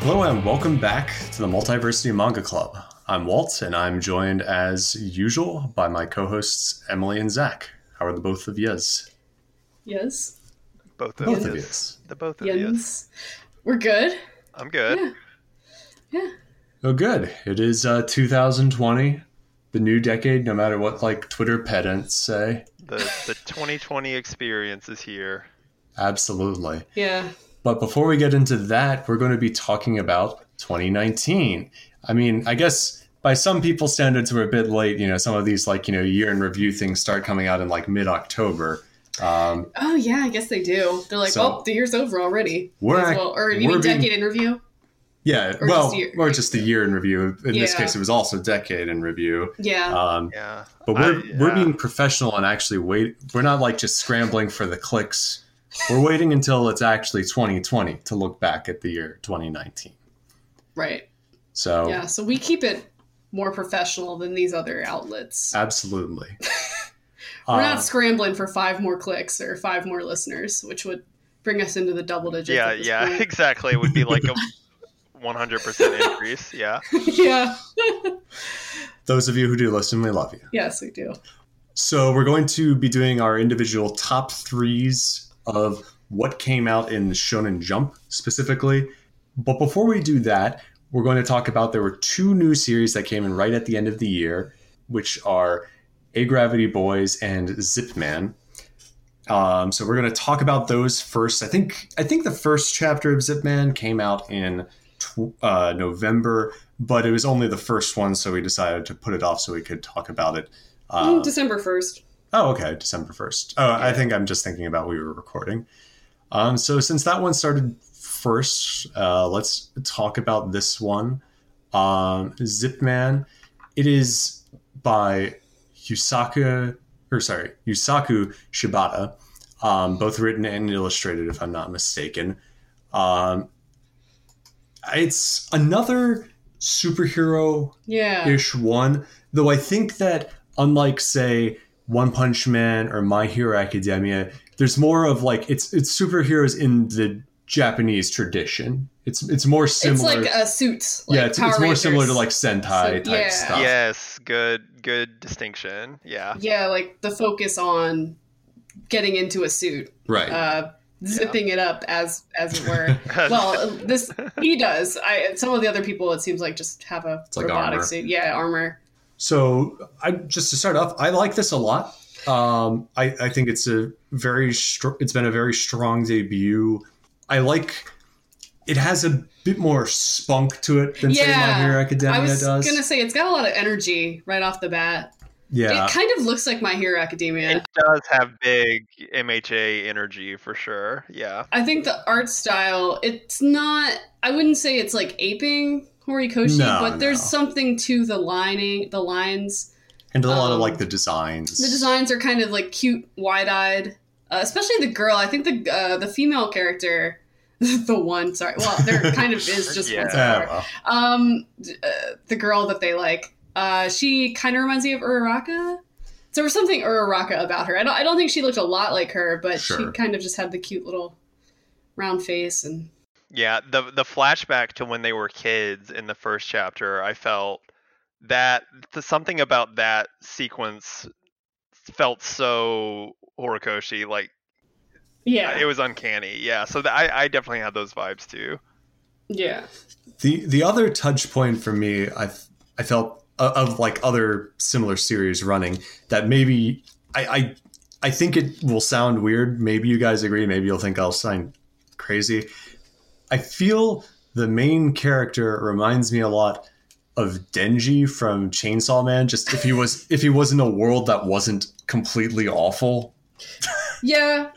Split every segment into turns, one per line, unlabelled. Hello and welcome back to the Multiversity Manga Club. I'm Walt and I'm joined as usual by my co-hosts Emily and Zach. How are the both of yous?
Yes.
Both of
Both
you.
of yous.
The both of you.
Yes. We're good.
I'm good.
Yeah. Yeah.
Oh good. It is uh, 2020, the new decade, no matter what like Twitter pedants say.
The the 2020 experience is here.
Absolutely.
Yeah.
But before we get into that, we're going to be talking about 2019. I mean, I guess by some people's standards, we're a bit late. You know, some of these like you know year in review things start coming out in like mid October. Um,
Oh yeah, I guess they do. They're like,
So-
well, the year's over already.
We're
Might as
act-
well, or you
we're
mean
being-
decade interview?
yeah,
Or
well,
just year-
or just the year in review. In this
Yeah.
case, it was also decade in review.
Yeah.
Um,
Yeah.
but we're
I- yeah.
we're being professional and actually wait. We're not like just scrambling for the clicks. We're waiting until it's actually 2020 to look back at the year 2019.
right.
So
Yeah. So we keep it more professional than these other outlets.
absolutely.
We're
Uh,
not scrambling for five more clicks or five more listeners, which would bring us into the double digits.
Yeah,
at this
yeah,
point.
exactly. It would be like a 100% increase. Yeah.
yeah.
Those of you who do listen, we love you.
Yes, we do.
So we're going to be doing our individual top threes of what came out in Shonen Jump specifically. But before we do that, we're going to talk about there were two new series that came in right at the end of the year, which are A Gravity Boys and Zip Man. Um, so we're going to talk about those first. I think I think the first chapter of Zip Man came out in tw- uh, November, but it was only the first one, so we decided to put it off so we could talk about it.
Mm,
Uh,
December first.
Oh, okay, December first. Oh, I think I'm just thinking about we were recording. Um, so since that one started first, uh, let's talk about this one. Um, Zip Man. It is by Yusaku, or sorry, Yusaku Shibata. Um, both written and illustrated, if I'm not mistaken. Um, it's another superhero
Yeah.
ish one. Though I think that unlike say One Punch Man or My Hero Academia, there's more of like it's it's superheroes in the Japanese tradition. It's it's more
It's
similar.
like a suit. Like
yeah, it's,
Power
it's more similar to
Rangers.
like Sentai type
So- yeah.
stuff.
Yes, good good distinction. Yeah.
Yeah, like the focus on getting into a suit,
Right.
uh, zipping it up as as it were. well, this he does. I some of the other people it seems like just have a
like
robotic
armor.
suit. Yeah, armor.
So I just to start off, I like this a lot. Um, I, I think it's a very str- it's been a very strong debut. I like it has a bit more spunk to it than say My
Yeah.
Hero
I
Academia
was
does.
gonna say it's got a lot of energy right off the bat.
yeah,
It kind of looks like My Hero Academia.
it does have big MHA energy for sure. Yeah.
I think the art style, it's not. I wouldn't say it's like aping Horikoshi,
No,
but there's
no.
something to the lining, the lines.
and a lot of
um,
like the designs.
The designs are kind of like cute, wide-eyed, uh, especially the girl. I think the uh, the female character, the one. Sorry, well, there kind of is just one.
Yeah.
Yeah, Oh,
Sorry.
well,
Um, d- uh, the girl that they like. Uh, she kind of reminds me of Uraraka. There was something Uraraka about her. I don't. I don't think she looked a lot like her, but she
Sure.
kind of just had the cute little round face and
Yeah, the the flashback to when they were kids in the first chapter, I felt that th- something about that sequence felt so Horikoshi, like
yeah,
it was uncanny. Yeah, so th- I I definitely had those vibes too.
yeah,
the the other touch point for me, I I felt uh, of like other similar series running that maybe I, I I think it will sound weird. Maybe you guys agree. Maybe you'll think I'll sound crazy. I feel the main character reminds me a lot of Denji from Chainsaw Man. Just if he was if he was in a world that wasn't completely awful.
yeah.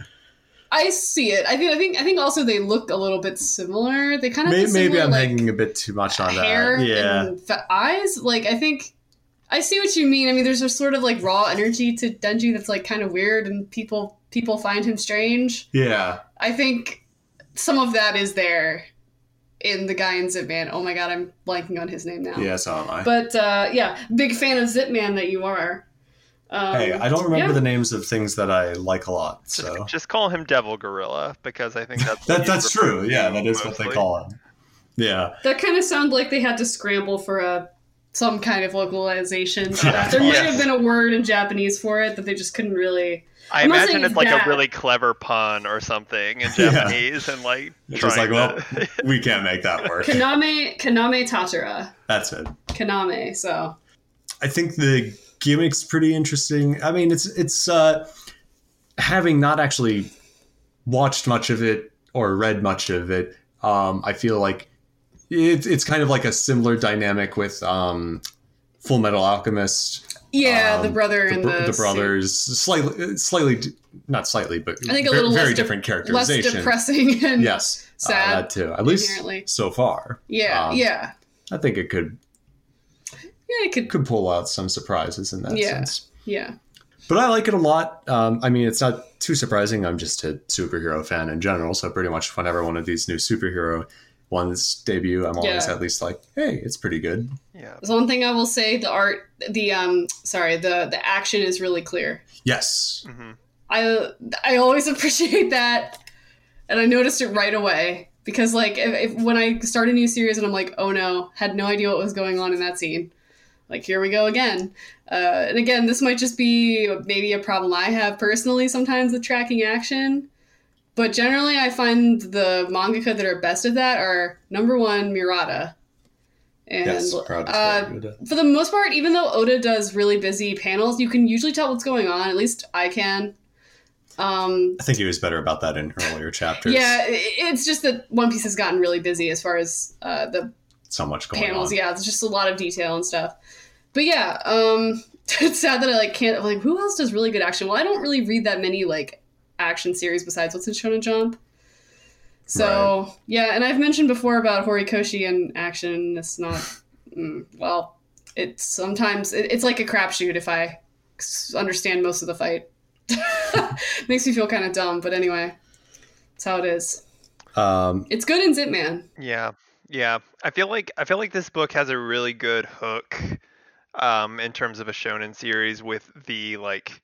I see it. I think. I think. I think. Also, they looked a little bit similar. They kind of
Maybe,
have a
maybe
similar,
I'm
like,
hanging a bit too much on
hair
that. Yeah.
and the eyes. Like I think I see what you mean. I mean, there's a sort of like raw energy to Denji that's like kind of weird, and people people find him strange.
Yeah.
I think some of that is there in the guy in Zip Man. Oh my god, I'm blanking on his name now.
Yeah, so am I.
But uh, yeah, big fan of Zip Man that you are. Um,
hey, I don't remember
yeah.
the names of things that I like a lot.
Just,
So
just call him Devil Gorilla because I think that's what
that
he's
that's
referred
true.
to
Yeah, that is what they
mostly.
call him. Yeah.
That kind of sounds like they had to scramble for a some kind of localization. for
Yeah.
that. There might
Yeah.
have been a word in Japanese for it that they just couldn't really.
I
I'm not
imagine
saying
it's like
that.
a really clever pun or something in
Yeah.
Japanese, and like
It's just
trying
like,
to-
We can't make that work.
Kaname, Kaname Tatara,
That's it.
Kaname. So
I think the gimmick's pretty interesting. I mean, it's it's uh, having not actually watched much of it or read much of it. Um, I feel like it, it's kind of like a similar dynamic with um, Full Metal Alchemist,
yeah,
Um,
the brother
the,
and
br-
the,
the brothers, slightly, slightly, d- not slightly, but
I think a
ver-
little
very
less de-
different
suit. less
characterization.
depressing and
Yes, uh,
sad,
that too. At least
inherently.
so far,
yeah,
um,
yeah,
I think it could
yeah. It could,
could pull out some surprises in that
Yeah.
sense.
yeah,
But I like it a lot. Um, I mean, it's not too surprising. I'm just a superhero fan in general, so pretty much whenever one of these new superhero ones debut, I'm always
Yeah.
at least like, "Hey, it's pretty good."
yeah.
There's one thing I will say: the art, the um, sorry, the the action is really clear.
Yes,
Mhm.
I I always appreciate that, and I noticed it right away because like if, if, when I start a new series and I'm like, oh no, had no idea what was going on in that scene. Like here we go again, uh, and again. This might just be maybe a problem I have personally sometimes with tracking action, but generally I find the mangaka that are best at that are number one Murata, and
yes, crowd is
uh,
very good.
for the most part, even though Oda does really busy panels, you can usually tell what's going on. At least I can. Um,
I think he was better about that in earlier chapters.
yeah, i- it's just that One Piece has gotten really busy as far as uh, the
so much going
panels.
on.
Yeah, it's just a lot of detail and stuff. But yeah, um, it's sad that I like can't like who else does really good action. Well, I don't really read that many like action series besides what's in Shonen Jump. So yeah, and I've mentioned before about Horikoshi and action. It's not mm, well. It's sometimes it, it's like a crapshoot if I s- understand most of the fight. Makes me feel kind of dumb, but anyway, that's how it is.
Um,
It's good in Zip Man.
Yeah, yeah. I feel like I feel like this book has a really good hook, um, in terms of a shonen series with the like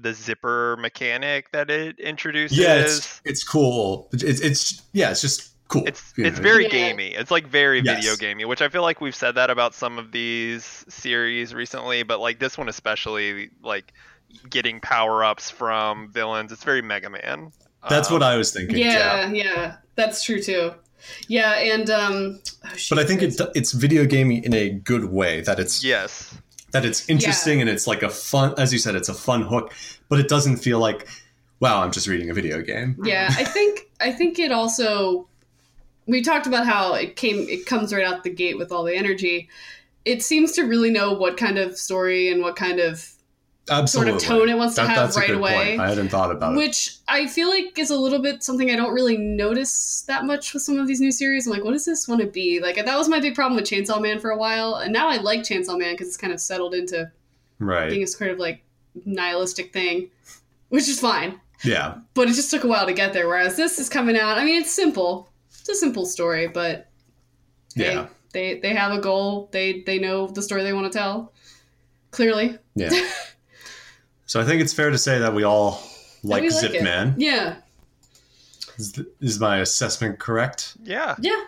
the zipper mechanic that it introduces.
yeah, it's, it's cool. It's, it's yeah, it's just cool.
it's
you
it's
know.
very
Yeah.
gamey. It's like very video
Yes.
gamey, which I feel like we've said that about some of these series recently, but like this one especially, like getting power ups from villains. It's very Mega Man.
That's what
Um,
I was thinking.
Yeah, yeah, that's true too. Yeah, and um, oh, shoot,
But I think
there's-
it, it's video gaming in a good way that it's
Yes.
that it's interesting and it's like a fun as you said it's a fun hook but it doesn't feel like wow i'm just reading a video game
Yeah, I think I think it also. We talked about how it came. It comes right out the gate with all the energy. It seems to really know what kind of story and what kind of
absolutely
tone it wants to have
that's a
right
good
away.
point. i hadn't thought about it
Which I feel like is a little bit something I don't really notice that much with some of these new series. I'm like, what does this want to be? Like, that was my big problem with Chainsaw Man for a while. And now I like Chainsaw Man because it's kind of settled into being
right
this kind of like nihilistic thing, which is fine.
yeah
But it just took a while to get there. Whereas this is coming out. I mean, it's simple. It's a simple story, but hey,
Yeah.
they they have a goal. They they know the story they want to tell. Clearly,
yeah so i think it's fair to say that we all like
we like
zip
it.
man
yeah,
is, th- is my assessment correct
Yeah.
yeah,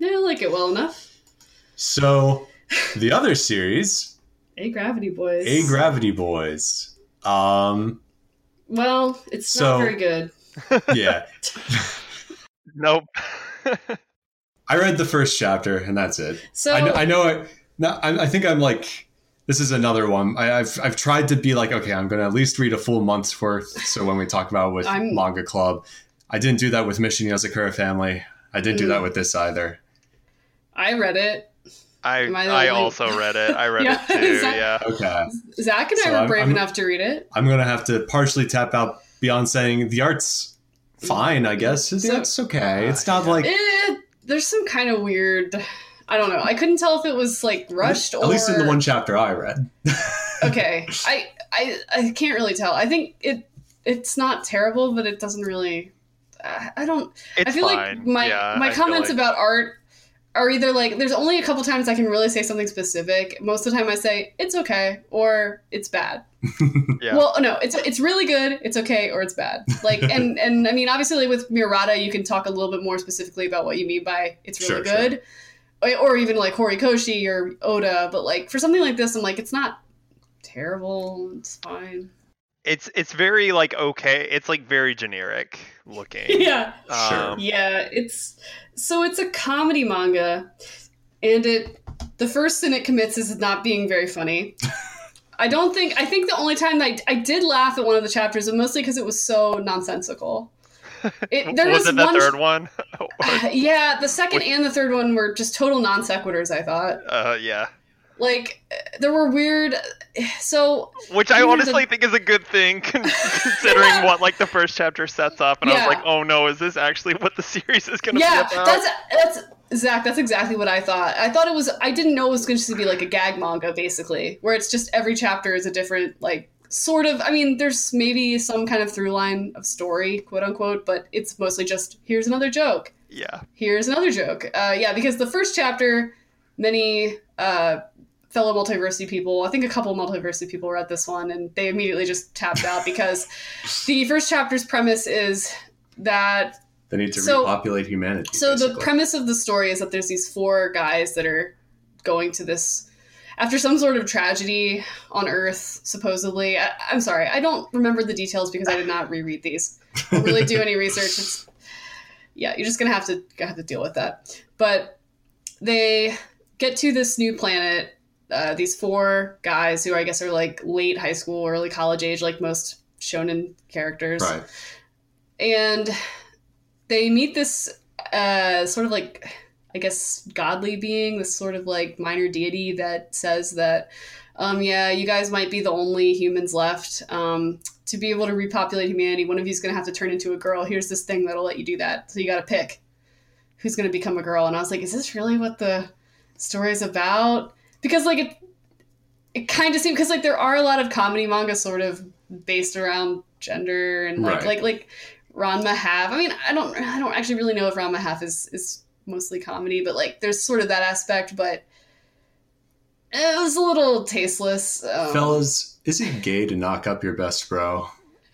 yeah. I like it well enough.
so the other series
A Gravity Boys.
a gravity boys um
Well, it's
So-
not very good.
yeah
Nope.
i read the first chapter and that's it
So
I know. I, know I, no, I, I think I'm like. This is another one. I, I've I've tried to be like, okay, I'm going to at least read a full month's worth. So when we talk about with
I'm-
manga club, I didn't do that with Mission Yozakura Family. I didn't do
Mm.
that with this either.
I read it.
I
Am I the
I
only-
also read it. I read
Yeah,
it too.
is that-
Yeah.
Okay,
Zach and
So
I were
I'm-
brave
I'm-
enough to read it.
I'm going to have to partially tap out beyond saying the art's fine. I guess the
So-
art's okay. It's
Ah,
not
yeah.
like
Eh, there's some kind of weird. I don't know. I couldn't tell if it was like rushed
at
or
least in the one chapter I read.
okay I, I i can't really tell i think it it's not terrible but it doesn't really i I don't
It's
i feel
fine.
like my
yeah,
my
I feel
comments
like-
about art are either like there's only a couple times i can really say something specific most of the time i say it's okay or it's bad
Yeah.
Well, no, it's it's really good. It's okay or it's bad. Like and and I mean, obviously, like with Mirada, you can talk a little bit more specifically about what you mean by it's
Sure,
really
sure.
good, Or- or even like Horikoshi or Oda. But like for something like this, I'm like, it's not terrible. It's fine.
It's it's very like okay. It's like very generic looking.
yeah.
Sure.
Um,
Yeah, it's so it's a comedy manga, and it the first sin it commits is not being very funny. I don't think I think the only time that I, I did laugh at one of the chapters was mostly because it was so nonsensical. It, there
was
was,
it the
one,
third one? Oh, Or-
yeah, the second
Which-
and the third one were just total non sequiturs. I thought
uh, yeah.
like there were weird. So
Which I
Here's
honestly
a-
think is a good thing, con- considering what like the first chapter sets up. And I
Yeah.
was like, oh no, is this actually what the series is going to
yeah,
be about?
that's that's Zach. That's exactly what I thought. I thought it was. I didn't know it was going to be like a gag manga, basically, where it's just every chapter is a different like sort of. I mean, there's maybe some kind of through line of story, quote unquote, but it's mostly just here's another joke,
yeah.
here's another joke. Uh, yeah, because the first chapter, many uh, fellow multiversity people, I think a couple multiversity people read this one, and they immediately just tapped out because the first chapter's premise is that
They need to
So-
repopulate humanity.
so the
basically.
premise of the story is that there's these four guys that are going to this after some sort of tragedy on Earth, supposedly. I, I'm sorry, I don't remember the details because I did not reread these. I don't really do any research. It's, yeah, you're just gonna have to gonna have to deal with that. But they get to this new planet. Uh, these four guys who I guess are like late high school, early college age, like most shonen characters
right.
and they meet this uh, sort of like i guess godly being this sort of like minor deity that says that um, yeah you guys might be the only humans left um, to be able to repopulate humanity one of you's going to have to turn into a girl here's this thing that'll let you do that so you got to pick who's going to become a girl and i was like is this really what the story is about because like it it kind of seemed because like there are a lot of comedy manga sort of based around gender and like
Right.
like like Ron Mahaf. I mean, I don't I don't actually really know if Ron Mahaf is is mostly comedy, but like there's sort of that aspect, but it was a little tasteless. Um,
Fellas, is it gay to knock up your best bro?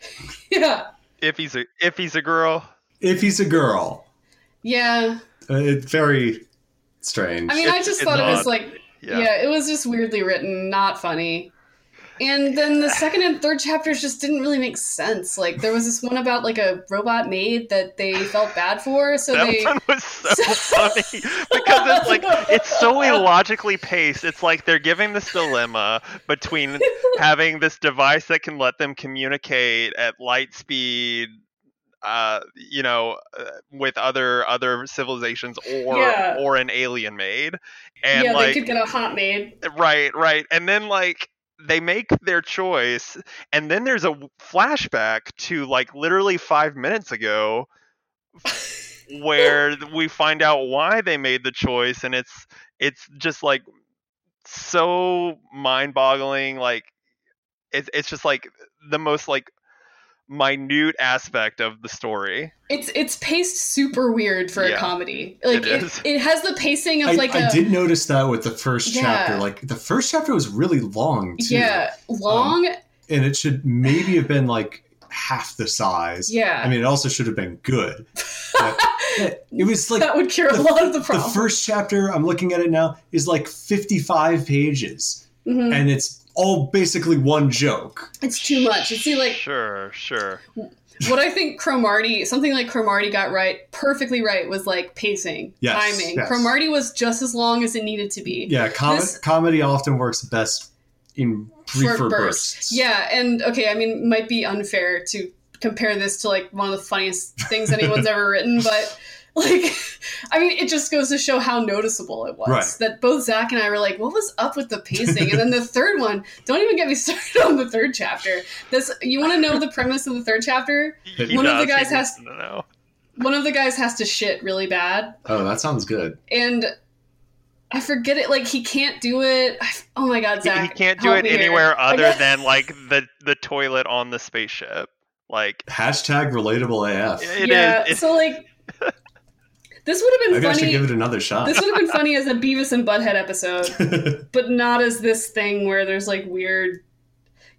Yeah.
If he's a if he's a girl,
If he's a girl.
Yeah.
Uh, It's very strange.
I mean, I
It's-
just
it's
thought it was
odd.
like
yeah.
it was just weirdly written, not funny. And then the second and third chapters just didn't really make sense. Like there was this one about like a robot maid that they felt bad for, so
that
they
one was so funny because it's like it's so illogically paced. It's like they're giving this dilemma between having this device that can let them communicate at light speed, uh, you know, uh, with other other civilizations, or
Yeah.
or an alien made, and
yeah,
like
they could get a hot maid.
Right, right. And then like they make their choice and then there's a w- flashback to like literally 5 minutes ago where we find out why they made the choice and it's it's just like so mind-boggling like it's it's just like the most like minute aspect of the story.
It's it's paced super weird for a
Yeah.
comedy. Like
It
it,
is.
it has the pacing of
I,
like a
I did notice that with the first
Yeah.
chapter. Like the first chapter was really long too,
yeah
um,
long
and it should maybe have been like half the size.
yeah.
I mean, it also should have been good. But it, it was like
that would cure
the-
a lot of the
the
problem.
first chapter. I'm looking at it now is like 55 pages,
Mhm.
and it's all basically one joke.
It's too much. It's see like
Sure, sure.
what I think Cromarty, something like Cromarty got right, perfectly right, was like pacing,
Yes,
timing.
yes.
Cromarty was just as long as it needed to be.
Yeah, com-
This-
comedy often works best in briefer
Short bursts.
bursts.
Yeah, and okay, I mean, might be unfair to compare this to like one of the funniest things anyone's ever written, but like, I mean, it just goes to show how noticeable it was
Right.
that both Zach and I were like, "What was up with the pacing?" and then the third one, don't even get me started on the third chapter. This, you want to know the premise of the third chapter?
He
One
of the
does,
guys
he needs
has-
to know.
One of the guys has to shit really bad,
Oh, that sounds good.
and I forget it. Like he can't do it. I, oh my god,
He-
Zach!
he can't do
help
it
me here.
anywhere other
guess-
than like the the toilet on the spaceship. Like
Hashtag relatable AF.
it is
yeah.
it's,
so like, this would have been
Maybe I should
funny.
give it another shot.
this would have been funny as a Beavis and Butthead episode, but not as this thing where there's like weird.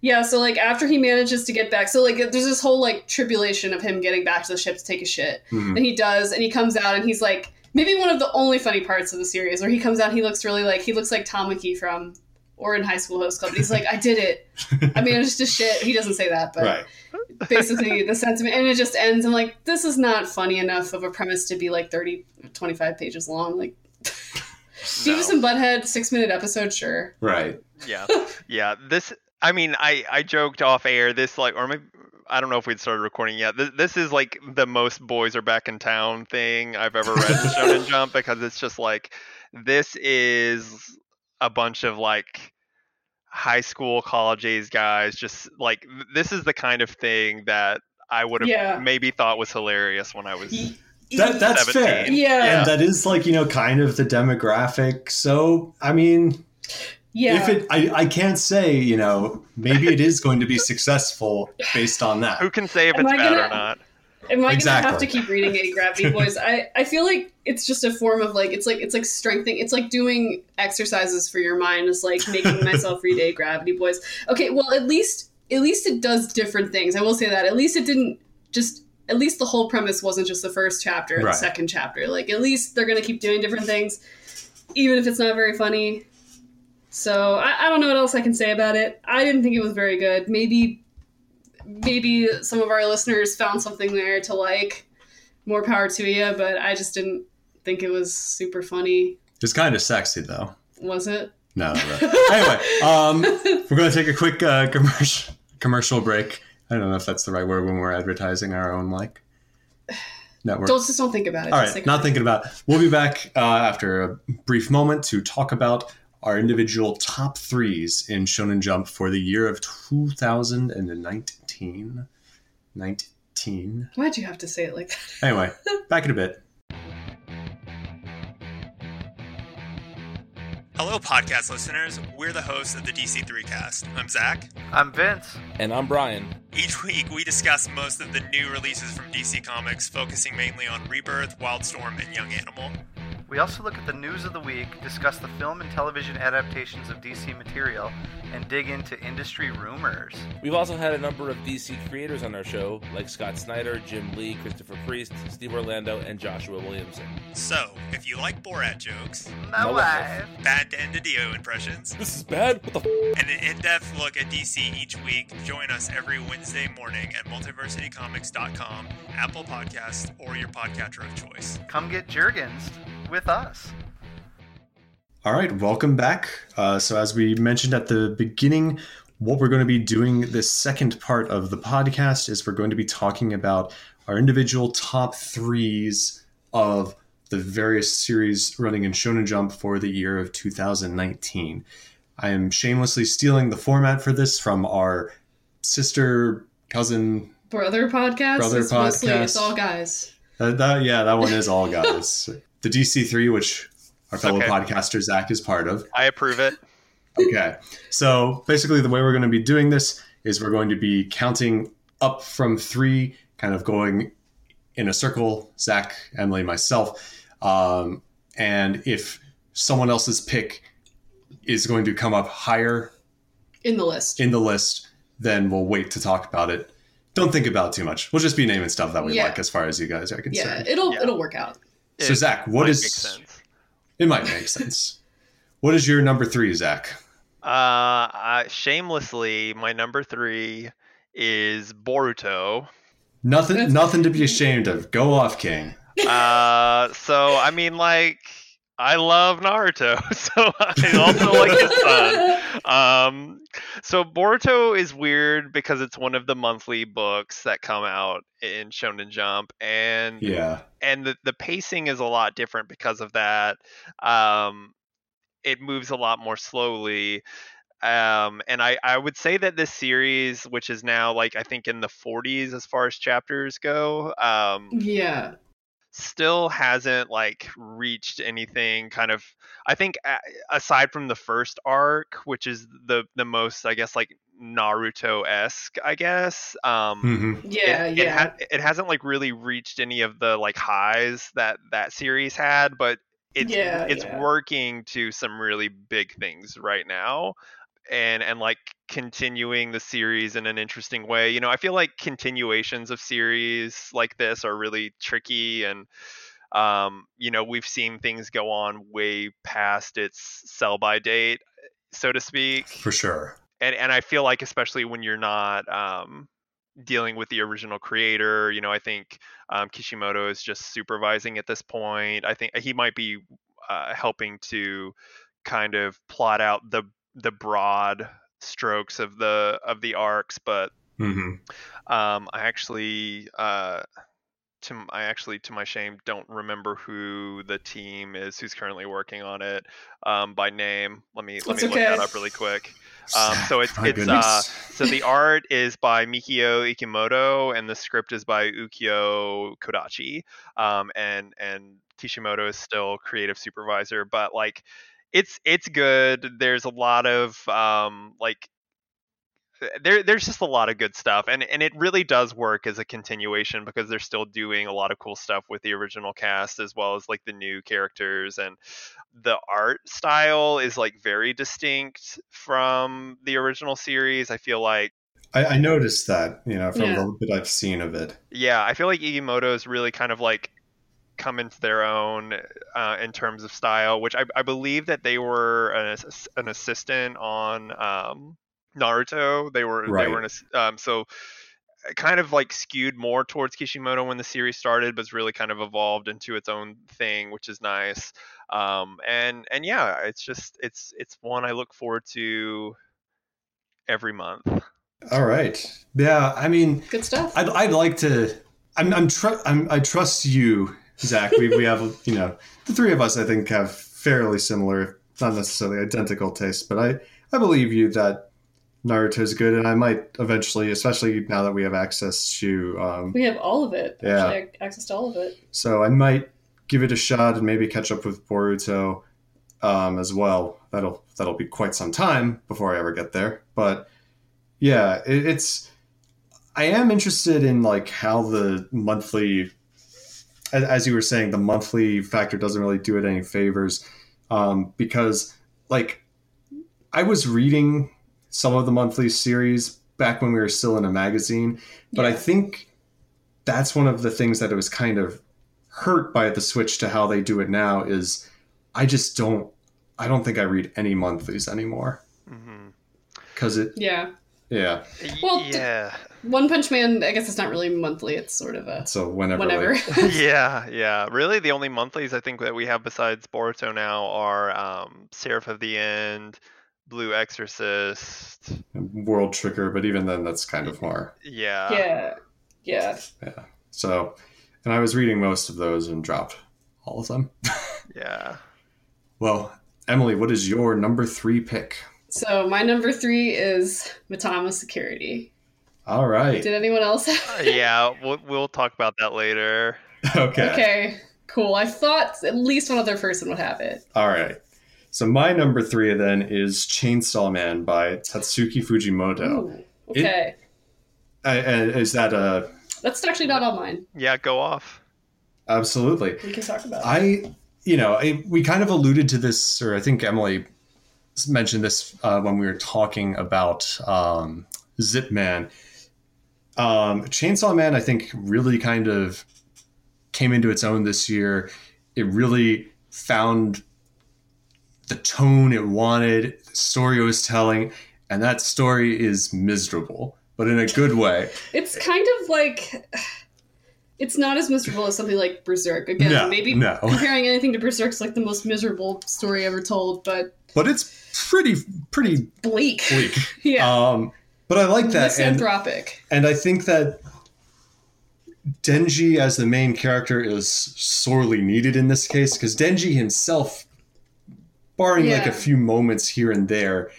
Yeah, so like after he manages to get back, so like there's this whole like tribulation of him getting back to the ship to take a shit.
Mhm.
And he does, and he comes out and he's like maybe one of the only funny parts of the series where he comes out and he looks really like he looks like Tamaki from or in High School Host Club. And he's like, I did it. I managed to shit. He doesn't say that, but
right.
basically the sentiment and it just ends i'm like this is not funny enough of a premise to be like 30 25 pages long like beavis and butthead six minute episode sure
Right.
yeah yeah this i mean i i joked off air this like or maybe i don't know if we'd started recording yet this, this is like the most boys are back in town thing i've ever read in shonen jump because it's just like this is a bunch of like high school college age guys just like th- this is the kind of thing that i would have
Yeah.
maybe thought was hilarious when i was
That, that's fair.
yeah
17.
yeah,
And that is like, you know, kind of the demographic. So, I mean, if it, I, I can't say, you know, maybe it is going to be successful based on that.
who can say if
Am
it's
I
bad
gonna-
or not
am i
Exactly.
gonna have to keep reading a grab me boys i i feel like it's just a form of like it's like it's like strengthening it's like doing exercises for your mind is like making myself read a gravity boys okay well at least at least it does different things i will say that at least it didn't just at least the whole premise wasn't just the first chapter or
Right.
the second chapter like at least they're gonna keep doing different things even if it's not very funny so I, I don't know what else i can say about it i didn't think it was very good maybe maybe some of our listeners found something there to like more power to you but i just didn't think it was super funny
It's kind of sexy, though.
was it
No. no, no. anyway, um, we're going to take a quick uh, commercial commercial break. I don't know if that's the right word when we're advertising our own like network.
Don't just don't think about it.
All
Just
right, not thinking about. It. We'll be back uh, after a brief moment to talk about our individual top threes in Shonen Jump for the year of 2019. 19.
Why'd you have to say it like that?
Anyway, back in a bit.
Hello, podcast listeners. We're the hosts of the DC3 cast. I'm Zach.
I'm Vince.
And I'm Brian.
Each week, we discuss most of the new releases from DC Comics, focusing mainly on Rebirth, Wildstorm, and Young Animal.
We also look at the news of the week, discuss the film and television adaptations of DC material, and dig into industry rumors.
We've also had a number of DC creators on our show, like Scott Snyder, Jim Lee, Christopher Priest, Steve Orlando, and Joshua Williamson.
So, if you like Borat jokes,
My
My wife.
wife.
bad to end Dio impressions,
This is bad? What the f?
and an in depth look at DC each week, join us every Wednesday morning at multiversitycomics.com, Apple Podcasts, or your podcatcher of choice.
Come get Jurgens with us.
All right, welcome back. Uh, so, as we mentioned at the beginning, what we're going to be doing this second part of the podcast is we're going to be talking about our individual top threes of the various series running in Shonen Jump for the year of 2019. I am shamelessly stealing the format for this from our sister, cousin.
Brother podcast.
Brother
it's mostly it's
podcast.
all guys.
Uh, that, yeah, that one is all guys. the DC3, which our fellow
Okay.
podcaster Zach is part of.
i approve it
Okay. So basically, the way we're going to be doing this is we're going to be counting up from three, kind of going in a circle Zach, Emily, myself. Um, and if someone else's pick is going to come up higher
In the list.
in the list, then we'll wait to talk about it. Don't think about it too much. We'll just be naming stuff that we
Yeah.
like as far as you guys are
yeah,
concerned.
it'll
Yeah.
it'll work out.
So,
It
Zach, what
might
is-
make sense
It might make sense. What is your number three, Zach?
Uh, I, shamelessly, my number three is Boruto.
Nothing, nothing to be ashamed of. Go off, King.
Uh, so I mean, like, I love Naruto, so I also like his son. Um, so Boruto is weird because it's one of the monthly books that come out in Shonen Jump, and
Yeah.
and the, the pacing is a lot different because of that um it moves a lot more slowly um and i i would say that this series which is now like i think in the 40s as far as chapters go um
Mm. Yeah.
still hasn't like reached anything kind of i think a- aside from the first arc which is the the most i guess like naruto-esque i guess um
hmm
Yeah,
it,
yeah.
it, ha- it hasn't like really reached any of the like highs that that series had but it's
Yeah,
it's
yeah.
working to some really big things right now and and like continuing the series in an interesting way. You know, I feel like continuations of series like this are really tricky and um, you know, we've seen things go on way past its sell by date, so to speak.
for sure.
And and I feel like especially when you're not um dealing with the original creator, you know, I think um, Kishimoto is just supervising at this point. I think he might be uh, helping to kind of plot out the the broad strokes of the of the arcs, but
hmm
um, I actually, uh, to m- I actually, to my shame, don't remember who the team is who's currently working on it um, by name. Let me let
That's
me look that
okay.
up really quick. Um, so it's
My
it's
goodness.
uh, so the art is by Mikio Ikimoto and the script is by Ukyo Kodachi. Um, and and Kishimoto is still creative supervisor, but like it's it's good. There's a lot of um, like there there's just a lot of good stuff and and it really does work as a continuation because they're still doing a lot of cool stuff with the original cast as well as like the new characters and the art style is like very distinct from the original series i feel like
I, I noticed that, you know, from
Yeah.
the little bit I've seen of it.
yeah, I feel like Igimoto is really kind of like come into their own uh, in terms of style, which I, I believe that they were an, ass- an assistant on um, Naruto. They were
Right.
they were an, ass- um, so uh, kind of like skewed more towards Kishimoto when the series started, but it's really kind of evolved into its own thing, which is nice. Um, and and yeah, it's just it's it's one I look forward to every month.
All right. Yeah, I mean,
Good stuff.
I'd, I'd like to. I'm, I'm, tr- I'm I trust you, Zach. We, we have, you know, the three of us, I think, have fairly similar, not necessarily identical tastes, but I, I believe you that Naruto is good, and I might eventually, especially now that we have access to. Um,
we have all of it.
Yeah.
Actually, I access to all of it.
so I might give it a shot and maybe catch up with Boruto um, as well. That'll that'll be quite some time before I ever get there. But yeah, it, it's I am interested in like how the monthly, as, as you were saying, the monthly factor doesn't really do it any favors um, because like I was reading some of the monthly series back when we were still in a magazine, but I
Yeah.
think that's one of the things that it was kind of hurt by the switch to how they do it now is I just don't I don't think I read any monthlies anymore
hmm
because it
Yeah.
yeah
Well, d-
yeah.
One Punch Man, I guess it's not really monthly. It's sort of a
so whenever
whenever.
like-
yeah, yeah. Really, the only monthlies I think that we have besides Boruto now are um, Seraph of the End, Blue Exorcist.
World Trigger, but even then that's kind of more
Yeah.
yeah. Yeah.
so and I was reading most of those and dropped all of them.
yeah.
Well, Emily, what is your number three pick?
So my number three is Matama Security.
All right,
Did anyone else
Uh,
have
yeah, we'll, we'll talk about that later.
okay,
Okay, cool. I thought at least one other person would have it.
all right. So my number three then is Chainsaw Man by Tatsuki Fujimoto.
Ooh, okay.
I, and is that uh, a
That's actually not on mine.
Yeah, go off.
absolutely?
We can talk about it.
I, you know, I, we kind of alluded to this, or I think Emily s- mentioned this uh, when we were talking about um, Zip Man. Um, Chainsaw Man, I think, really kind of came into its own this year. It really found the tone it wanted, the story it was telling, and that story is miserable, but in a good way.
It's kind of like it's not as miserable as something like Berserk. Again,
No,
maybe
no.
comparing anything to Berserk's like the most miserable story ever told, but
But it's pretty, pretty
bleak.
bleak.
yeah.
Um, but I like that. and-
Misanthropic.
and I think that Denji as the main character is sorely needed in this case because Denji himself, barring like
Yeah.
a few moments here and there,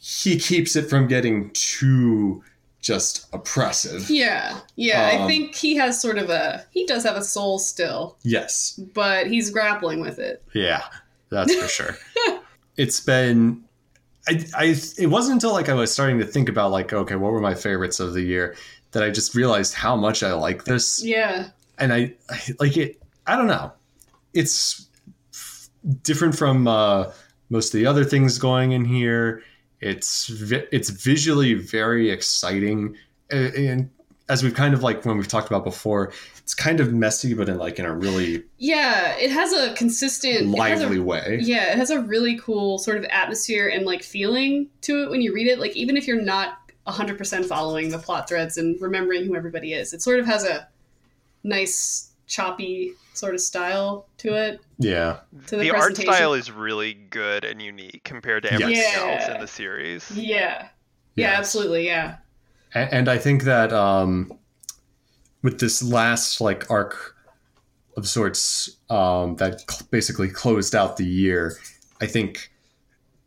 he keeps it from getting too just oppressive.
yeah. Yeah. I
Um,
think he has sort of a he does have a soul still,
Yes,
but he's grappling with it.
Yeah, that's for sure. it's been, I, I, it wasn't until like I was starting to think about like, okay, what were my favorites of the year, that I just realized how much I like this,
Yeah.
and I, I like it. I don't know. It's f- different from uh, most of the other things going in here. It's vi- it's visually very exciting, a- and as we've kind of like when we've talked about before, it's kind of messy, but in like in a really
Yeah, it has a consistent it has a-
lively way.
Yeah, it has a really cool sort of atmosphere and like feeling to it when you read it. Like even if you're not 100% following the plot threads and remembering who everybody is, it sort of has a nice choppy sort of style to it.
Yeah,
To the,
the art
presentation.
style is really good and unique compared to everything
Yes.
else
Yeah.
in the series.
Yeah. Yeah,
Yes.
absolutely. Yeah.
A- and, I think that um, with this last like arc of sorts um, that cl- basically closed out the year, I think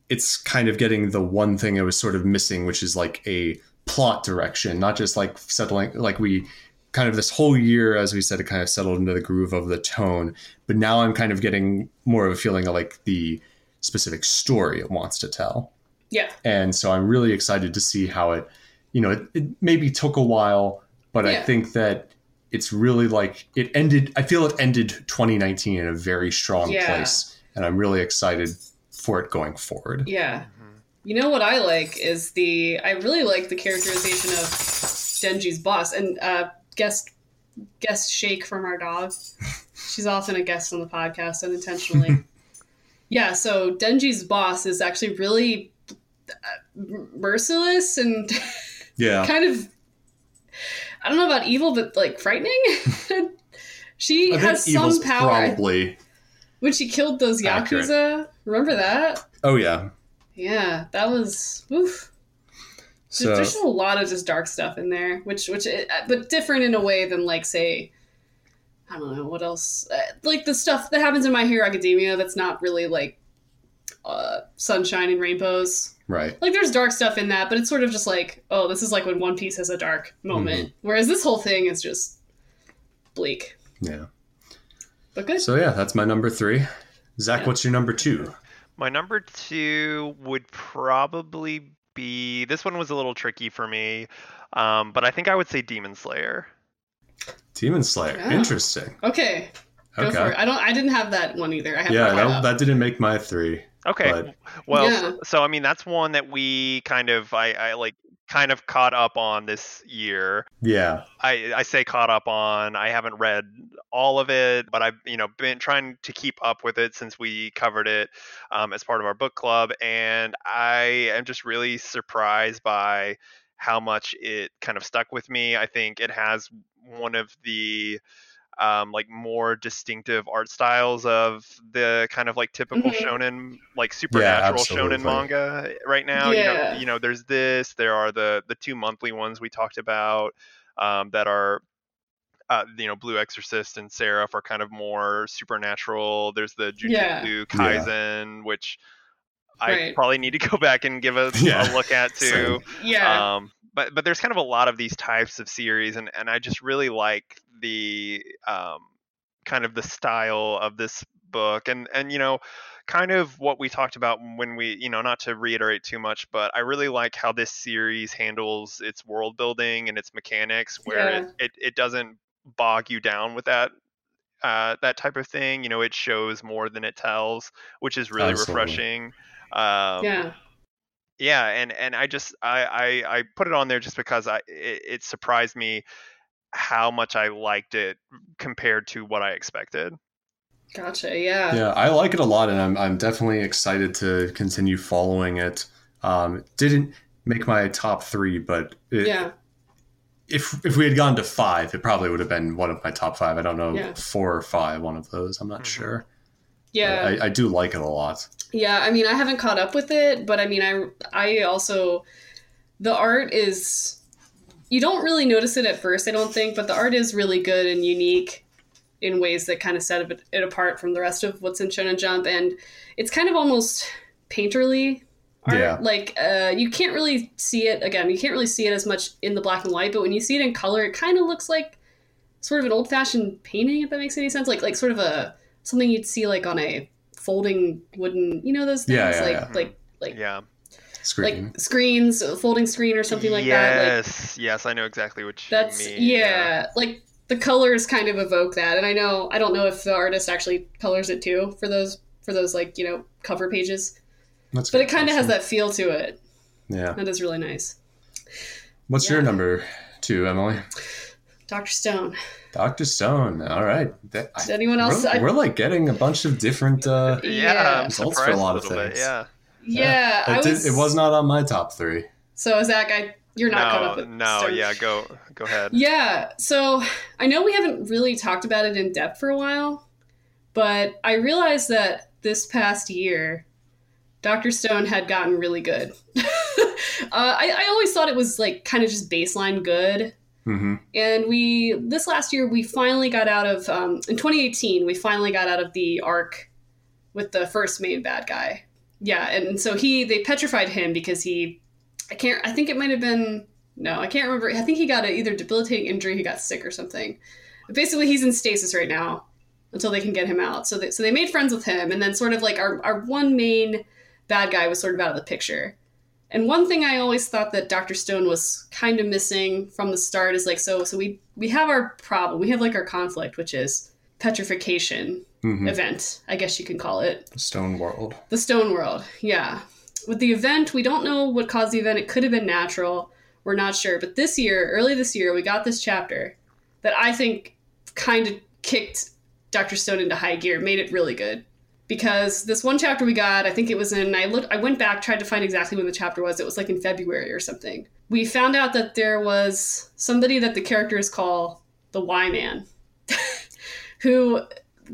it's kind of getting the one thing I was sort of missing, which is like a plot direction, not just like settling like we kind of this whole year, as we said, it kind of settled into the groove of the tone. But now I'm kind of getting more of a feeling of like the specific story it wants to tell
Yeah.
and so I'm really excited to see how it, you know, it, it maybe took a while, but I
Yeah.
think that it's really like it ended. I feel it ended 2019 in a very strong
Yeah.
place, and I'm really excited for it going forward.
Yeah.
Mm-hmm.
You know what I like is the I really like the characterization of Denji's boss and uh, guest guest Shake from our dog. She's often a guest on the podcast unintentionally. yeah, so Denji's boss is actually really uh, merciless and
Yeah,
kind of I don't know about evil, but like frightening. she
I
has
think
some
evil's
power
probably.
when she killed those
Accurate.
yakuza. Remember that?
Oh yeah.
Yeah, that was oof. Just-
So
there's just a lot of just dark stuff in there, which which it, uh, but different in a way than like say, I don't know what else uh, like the stuff that happens in My Hero Academia that's not really like uh, sunshine and rainbows.
right.
Like there's dark stuff in that, but it's sort of just like oh this is like when One Piece has a dark moment,
Mm-hmm.
whereas this whole thing is just bleak
Yeah.
but good.
So yeah, that's my number three. Zach, what's your number two?
My number two would probably be this one was a little tricky for me, um, but I think I would say Demon Slayer.
Demon Slayer.
Yeah.
Interesting.
okay, go
Okay.
for it. I don't I didn't have that one either. I have
Yeah,
that,
that, that didn't make my three.
Okay.
But-
Well,
Yeah.
so I mean that's one that we kind of I, I like kind of caught up on this year.
Yeah.
I I say caught up on. I haven't read all of it, but I've you know been trying to keep up with it since we covered it um, as part of our book club, and I am just really surprised by how much it kind of stuck with me. I think it has one of the um, like more distinctive art styles of the kind of like typical
Mhm.
shonen, like supernatural shonen
absolutely.
manga right now. You
Yeah.
know, you know, there's this. There are the the two monthly ones we talked about um, that are uh, you know Blue Exorcist and Seraph are kind of more supernatural. There's the Jujutsu
Yeah.
Kaisen, which I
Right.
probably need to go back and give a,
Yeah.
a look at too.
Same.
yeah
Um, but but there's kind of a lot of these types of series, and and I just really like the um, kind of the style of this book, and and you know, kind of what we talked about when we you know not to reiterate too much, but I really like how this series handles its world building and its mechanics, where
Yeah.
it, it it doesn't bog you down with that. Uh, that type of thing, you know, it shows more than it tells, which is really
Absolutely.
refreshing. Um,
yeah
yeah and and i just i i, I put it on there just because i it, it surprised me how much i liked it compared to what i expected
gotcha yeah
yeah i like it a lot and i'm, I'm definitely excited to continue following it um it didn't make my top three but it,
yeah
if if we had gone to five it probably would have been one of my top five i don't know
Yeah. Mm-hmm.
four or five one of those i'm not
Mhm.
sure But
yeah.
I, I do like it a lot
Yeah, I mean, I haven't caught up with it, but I mean, I I also the art is you don't really notice it at first, I don't think, but the art is really good and unique in ways that kind of set it, it apart from the rest of what's in Shonen Jump, and it's kind of almost painterly art.
Yeah.
Like uh, you can't really see it again. You can't really see it as much in the black and white, but when you see it in color, it kind of looks like sort of an old-fashioned painting, if that makes any sense. Like like sort of a something you'd see like on a folding wooden, you know those things
Yeah, yeah,
like
yeah.
like like
yeah
screen
like screens, a folding screen or something like that. Like
yes yes i know exactly what you
that's
mean
yeah, like the colors kind of evoke that. And I know I don't know if the artist actually colors it too for those for those like, you know, cover pages,
That's
but
good.
it kind of has
Awesome.
that feel to it.
Yeah.
That is really nice.
What's your
Yeah.
number two, Emily?
Dr. Stone.
Dr. Stone. All right. That- I-
Does anyone else?
we're,
I-
we're like getting a bunch of different. Uh,
Yeah,
Yeah.
I'm
Results for a
surprised
lot of
little bit.
things.
Yeah,
yeah, I
it, did-
was,
it was not on my top three.
So, Zach, I, you're not caught up
no,
with
no,
Stern.
yeah, go go ahead.
Yeah, so I know we haven't really talked about it in depth for a while, but I realized that this past year, Dr. Stone had gotten really good. uh, I, I always thought it was like kind of just baseline good.
Mm-hmm.
And we, this last year, we finally got out of, um, in 2018, we finally got out of the arc with the first main bad guy. Yeah, and so he, they petrified him because he, I can't, I think it might have been, no, I can't remember. I think he got a either debilitating injury, he got sick or something. But basically, he's in stasis right now until they can get him out. So they, so they made friends with him, and then sort of like our, our one main bad guy was sort of out of the picture. And one thing I always thought that Dr. Stone was kind of missing from the start is like so so we we have our problem. We have like our conflict which is petrification
Mm-hmm.
event, I guess you can call it.
Stone World.
The stone world. Yeah. With the event, we don't know what caused the event. It could have been natural. We're not sure. But this year, early this year, we got this chapter that I think kind of kicked Dr. Stone into high gear, made it really good. Because this one chapter we got, I think it was in I looked I went back, tried to find exactly when the chapter was. It was like in February or something. We found out that there was somebody that the characters call the Y Man. who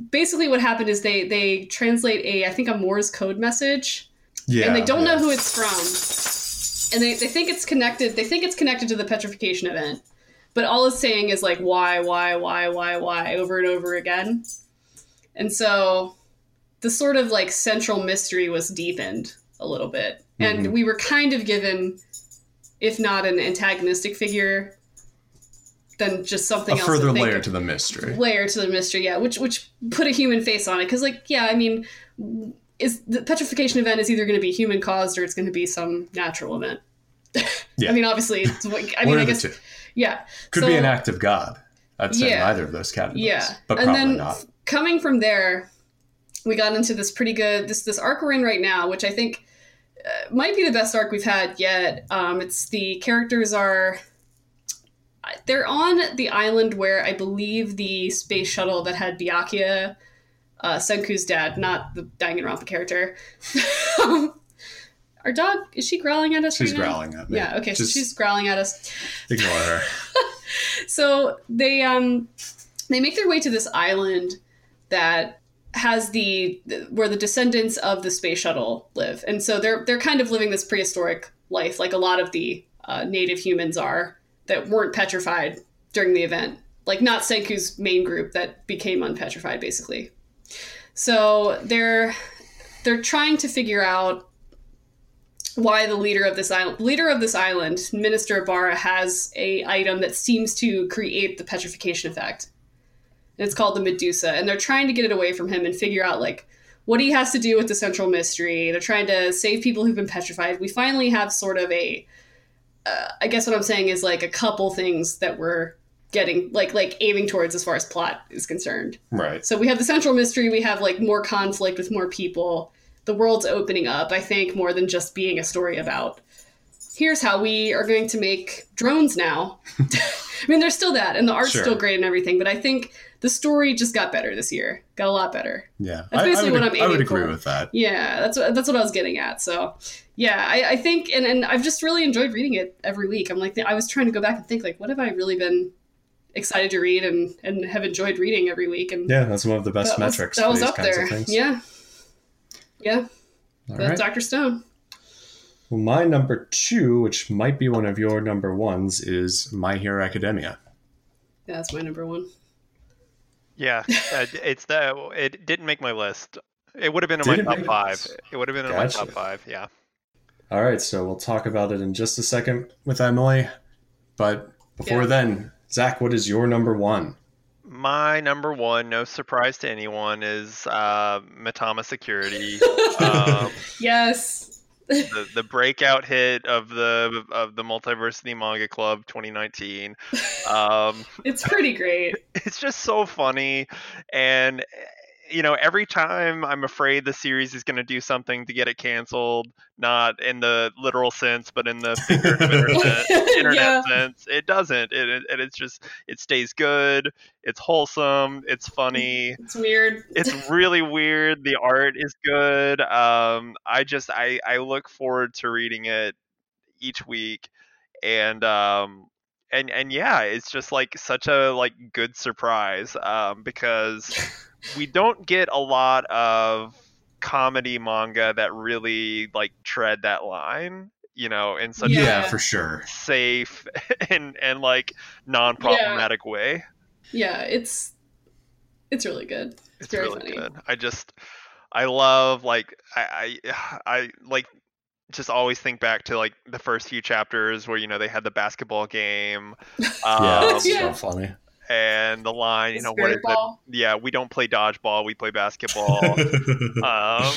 basically what happened is they they translate a I think a Morse code message
Yeah.
and they don't know
yeah.
who it's from and they, they think it's connected they think it's connected to the petrification event but all it's saying is like why why why why why over and over again and so the sort of like central mystery was deepened a little bit and
Mhm.
we were kind of given if not an antagonistic figure then just something
A
else
further
think
layer
of
to the mystery.
layer to the mystery yeah which which put a human face on it because like yeah i mean is the petrification event is either going to be human caused or it's going to be some natural event
Yeah.
i mean obviously it's what- i
One
mean
of
i
the
guess
two.
yeah
Could
So-
be an act of God. I'd say
Yeah.
neither of those categories.
yeah
But
and
probably
then
not.
coming from there we got into this pretty good this this arc we're in right now which i think uh, might be the best arc we've had yet um it's the characters are they're on the island where i believe the space shuttle that had byakuya uh, Senku's dad, not the Danganronpa character. Our dog is she growling at us?
She's
right now?
growling at me.
Yeah, okay, so
Just
she's growling at us.
Ignore her.
So they um they make their way to this island that has the where the descendants of the space shuttle live, and so they're they're kind of living this prehistoric life, like a lot of the uh, native humans are that weren't petrified during the event, like not Senku's main group that became unpetrified, basically. So they're they're trying to figure out why the leader of this island, leader of this island, Minister Barra, has a item that seems to create the petrification effect. And it's called the Medusa, and they're trying to get it away from him and figure out like what he has to do with the central mystery. They're trying to save people who've been petrified. We finally have sort of a, uh, I guess what I'm saying is like a couple things that we're getting like like aiming towards as far as plot is concerned.
Right.
So we have the central mystery, we have like more conflict with more people. The world's opening up, I think, more than just being a story about here's how we are going to make drones now. I mean, there's still that, and the art's
Sure.
still great and everything, but I think the story just got better this year. Got a lot better.
Yeah.
That's basically
would,
what I'm
I would
aiming
agree
for.
with that.
Yeah, that's what that's what I was getting at. So, yeah, I, I think, and, and I've just really enjoyed reading it every week. I'm like, I was trying to go back and think, like, what have I really been excited to read and and have enjoyed reading every week? And
Yeah, that's one of the best
that was-
metrics.
that
for
was
these
up
kinds
there.
Of things.
Yeah. Yeah,
All
that's
right.
Dr. Stone.
Well, my number two, which might be one of your number ones, is My Hero Academia.
Yeah, that's my number one.
Yeah, uh, d- it's that. It didn't make my list. It would have been in
Didn't
my
make it?
top five. It would have been in my
Gotcha.
top five. Yeah.
All right, so we'll talk about it in just a second with Emily. But before
Yeah.
then, Zach, what is your number one?
My number one, no surprise to anyone, is uh, Matama Security. um,
Yes.
the, the breakout hit of the of the Multiversity Manga Club 2019. Um,
It's pretty great.
it's just so funny and you know, every time I'm afraid the series is going to do something to get it canceled, not in the literal sense, but in the figurative internet, internet
Yeah.
sense, it doesn't. It, it, and it's just, it stays good. It's wholesome. It's funny
It's weird.
it's really weird. The art is good. Um, I just I I look forward to reading it each week, and um and and yeah, it's just like such a like good surprise um, because we don't get a lot of comedy manga that really like tread that line, you know, in such
yeah,
Yeah.
for sure.
a safe and and like non problematic way.
yeah, it's it's really good.
it's
very
really
funny.
good. I just I love like I, I I like just always think back to like the first few chapters where you know they had the basketball game
Yeah,
um,
it's
Yeah.
so funny.
and the line you
The
know what is
spirit ball.
it yeah we don't play dodgeball we play basketball um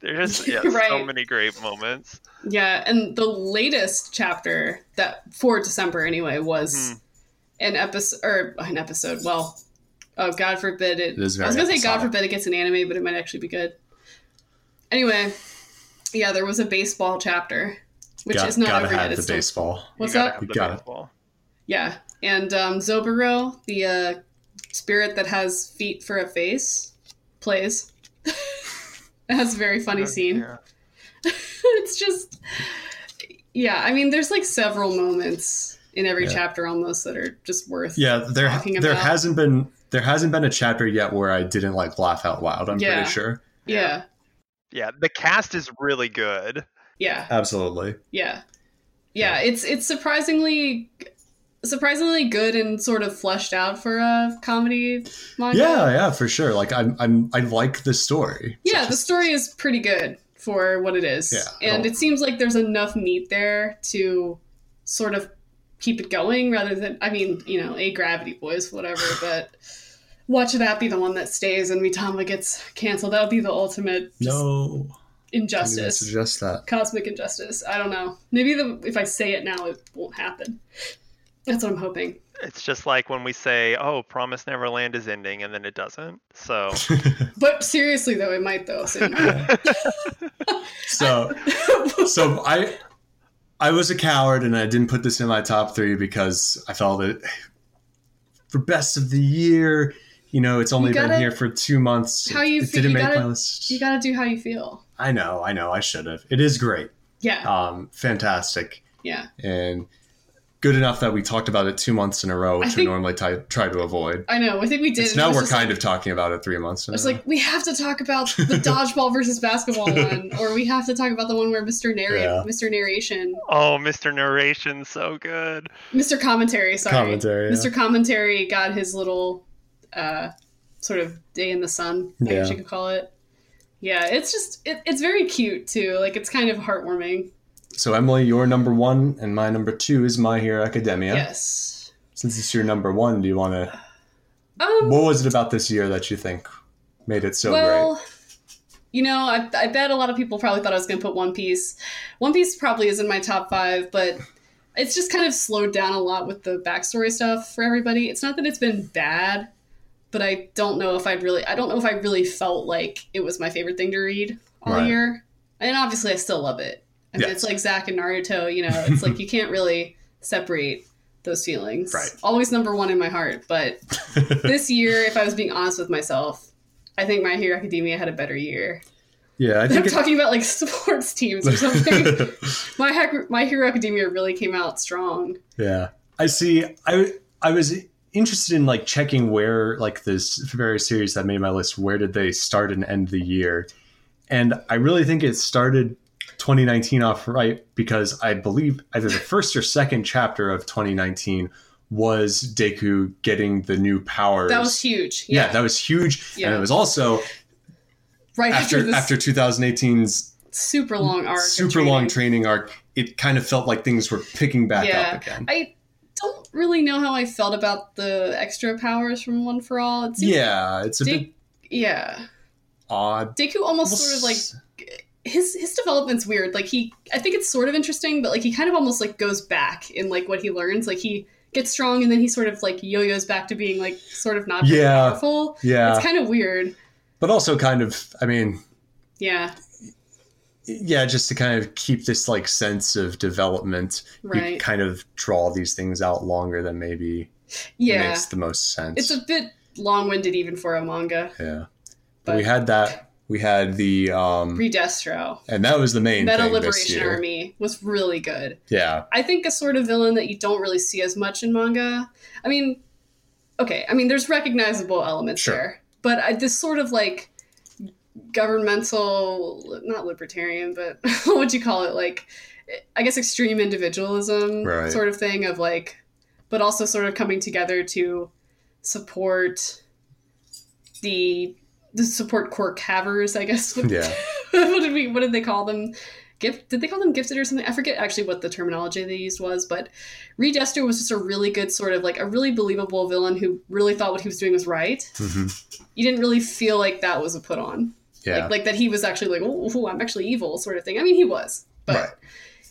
there's just yeah, so
Right.
many great moments
Yeah, and the latest chapter that for December anyway was
Hmm.
Mhm.
an episode or an episode. Well, oh God forbid it.
It is
I was
very
gonna say God
episodic.
forbid it gets an anime, but it might actually be good. Anyway, yeah, there was a baseball chapter, which
Got-
is not
gotta
over
have
yet.
the
It's still,
baseball.
what's
you gotta
up?
have the
Got it.
baseball.
Yeah, and um, Zobaro, the uh, spirit that has feet for a face, plays. That's a very funny scene.
Yeah.
it's just, yeah. I mean, there's like several moments in every
Yeah.
chapter almost that are just worth.
Yeah, there
Talking
there
about-
hasn't been there hasn't been a chapter yet where I didn't like laugh out loud. I'm
Yeah.
pretty sure.
yeah,
yeah the cast is really good
yeah,
Absolutely.
yeah, yeah. It's it's surprisingly surprisingly good and sort of fleshed out for a comedy manga.
Yeah, yeah, for sure. Like I'm I'm I like the story.
yeah the story is pretty good for what it is
Yeah.
and it seems like there's enough meat there to sort of keep it going rather than i mean you know a gravity boys whatever but watch that be the one that stays and mitama gets canceled that would be the ultimate just
No. I didn't
injustice
suggest that.
cosmic injustice i don't know maybe the, if i say it now it won't happen that's what i'm hoping
it's just like when we say oh promise neverland is ending and then it doesn't so
but seriously though it might though so you know.
So so I I was a coward and I didn't put this in my top three because I felt it for best of the year. You know, it's only
gotta-
been here for two months.
How
it,
you
it
feel-
didn't
you
make
gotta-
my list.
you gotta do how you feel
I know, I know, I should have. It is great.
yeah
Um, fantastic.
yeah
and good enough that we talked about it two months in a row,
I
which we
think-
normally ty- try to avoid.
i know i think we did
It's
and I
now
was
we're
just
kind of talking about it three months. In
I was
a row.
like, we have to talk about the dodgeball versus basketball one, or we have to talk about the one where Mr. Narr-
Yeah.
Mr. Narration,
oh mr narration so good
Mr. Commentary, sorry,
Commentary, yeah.
Mr. Commentary got his little uh, sort of day in the sun, I guess
Yeah.
you could call it. Yeah, it's just it, it's very cute too. Like it's kind of heartwarming.
so Emily, your number one and my number two is My Hero Academia.
Yes.
Since it's your number one, do you want to?
Um,
What was it about this year that you think made it so
well, you know, I, I bet a lot of people probably thought I was going to put One Piece. One Piece probably is in my top five, but it's just kind of slowed down a lot with the backstory stuff for everybody. It's not that it's been bad, but I don't know if I'd really, I don't know if I really felt like it was my favorite thing to read all
Right.
year. And obviously, I still love it. I mean,
Yeah.
it's like Zack and Naruto. You know, it's like you can't really separate those feelings.
Right.
Always number one in my heart, but
great?
this year, if I was being honest with myself, I think My Hero Academia had a better year.
yeah, I
I'm
think. It,
talking about like sports teams or something. My Hac- My Hero Academia really came out strong.
yeah, I see. I I was interested in like checking where like this various series that made my list. Where did they start and end the year? And I really think it started 2019 off right because I believe either the first or second chapter of 2019 was Deku getting the new powers.
That was huge.
Yeah,
Yeah,
that was huge, and
Yeah.
it was also
right after,
after
this
after 2018's
super long arc. of
super
training.
long training arc. It kind of felt like things were picking back
Yeah.
up again.
I don't really know how I felt about the extra powers from One for All. It seems
yeah, it's a
Dick-
bit
yeah.
odd.
Deku almost sort of like his his development's weird. Like he, I think it's sort of interesting, but like he kind of almost like goes back in like what he learns. Like he gets strong and then he sort of like yo-yos back to being like sort of not very
Yeah.
powerful.
yeah,
It's kind of weird.
but also kind of, I mean,
Yeah,
yeah, just to kind of keep this like sense of development, you
right.
kind of draw these things out longer than maybe
Yeah,
makes the most sense.
it's a bit long-winded even for a manga.
yeah,
But-
but we had that. We had the um,
Redestro,
and that was the main
Meta
thing this
Liberation
year.
Army was really good.
Yeah,
I think a sort of villain that you don't really see as much in manga. I mean, okay, I mean there's recognizable elements
Sure.
there, but I, this sort of like governmental, not libertarian, but what would you call it? Like, I guess extreme individualism
Right.
sort of thing of like, but also sort of coming together to support the the support cork havers, I guess. would-
yeah,
what did we what did they call them gift did they call them gifted or something i forget actually what the terminology they used was but reed Esther was just a really good sort of like a really believable villain who really thought what he was doing was right
hmm
you didn't really feel like that was a put on
yeah,
like, like that he was actually like oh, oh, i'm actually evil sort of thing i mean he was but
Right.